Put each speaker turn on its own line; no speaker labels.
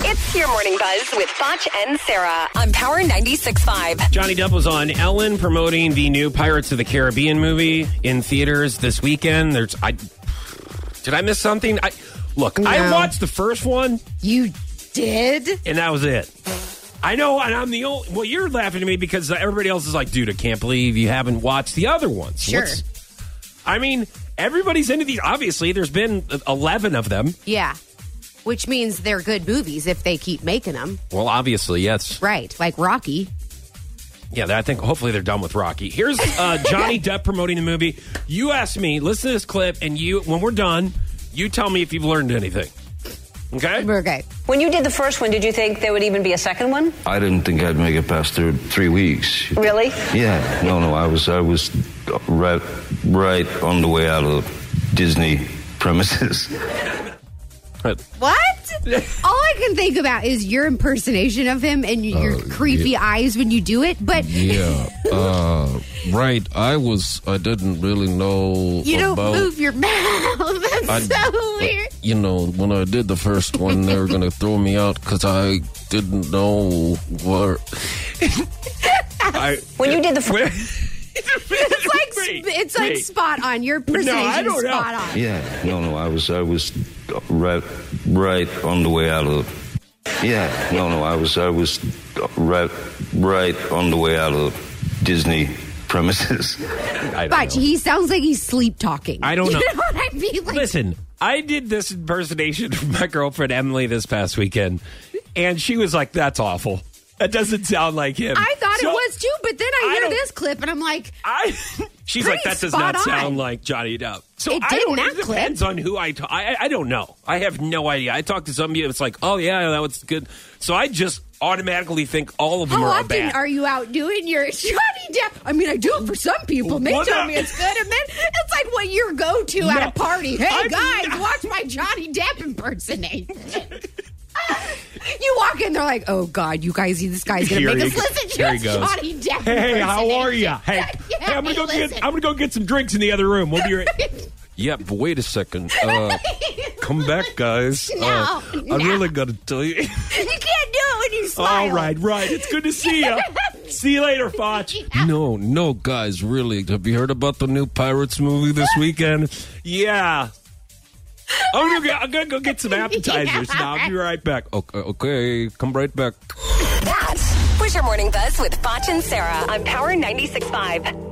It's your morning buzz with Foch and Sarah on Power 96.5.
Johnny Depp was on Ellen promoting the new Pirates of the Caribbean movie in theaters this weekend. There's I did I miss something? I look, I
No.
watched the first one
You did?
and that was it. I know, and I'm the only. Well, you're laughing at me because everybody else is like, "Dude, I can't believe you haven't watched the other ones."
Sure.
I mean, everybody's into these. Obviously, there's been 11 of them.
Yeah. Which means they're good movies if they keep making them.
Well, obviously, yes.
Right. Like Rocky.
Yeah, I think hopefully they're done with Rocky. Here's uh, Johnny Depp promoting the movie. You ask me, listen to this clip, and you, when we're done, you tell me if you've learned anything. Okay?
Okay.
When you did the first one, did you think there would even be a second one?
I didn't think I'd make it past thir- three weeks.
Really?
Yeah, no, no, I was, I was right, right on the way out of Disney premises.
But
What? All I can think about is your impersonation of him and y-
Oh,
your creepy eyes when you do it. But
Yeah. Uh, right. I was. I didn't really know.
you don't
about,
move your mouth. That's
I-
so
uh,
weird.
You know, when I did the first one, they were going to throw me out because I didn't know where.
I,
When you did the first,
it's
It's like, sp- it's like spot on. Your impersonation
I
is
don't know.
spot on.
Yeah, no, no, I was, I was right, right on the way out of. Yeah, no, no, I was, I was right, right on the way out of Disney premises.
I don't
But
know.
he sounds like he's sleep talking.
I don't
You
know.
know what I mean? Like,
Listen, I did this impersonation of my girlfriend Emily this past weekend, and she was like, "That's awful. That doesn't sound like him."
I thought
So-
it was too, but then
I
I hear
don't-
this clip and I'm like,
I she's
Pretty
like that does
spot
not sound
on.
like Johnny Depp. So
It
I
did
don't.
in that
it depends on who I talk. I, I don't know. I have no idea. I talked to somebody. It's like, oh yeah, that was good. So I just automatically think all of them
How
are all
often
bad.
are you out doing your Johnny Depp? I mean, I do it for some people. They
What
tell
a-
me it's good, and then it's like what your go to
No.
at a party. Hey
I'm
guys,
not-
watch my Johnny Depp impersonation. you walk in, they're like, "Oh God, you guys, this guy's gonna
Here
make us
he go-
listen to
here he
his
goes.
Johnny Depp."
Hey, how are
impersonation."
you? Hey,
Yeah,
hey, I'm gonna
hey,
go get.
listen.
I'm gonna go get some drinks in the other room. We'll be right.
Yeah, but wait a second. Uh, come back, guys.
Oh,
No,
uh,
no.
I really got to tell you.
you can't do it when you smile.
All right, right. It's good to see you. see you later, Foch.
no, no, guys, really. Have you heard about the new Pirates movie this weekend?
Yeah. I'm gonna, go, I'm gonna go get some appetizers. Now I'll be right back.
Okay, Uh, okay, come right back.
That was your morning buzz with Foch and Sarah on Power 96.5.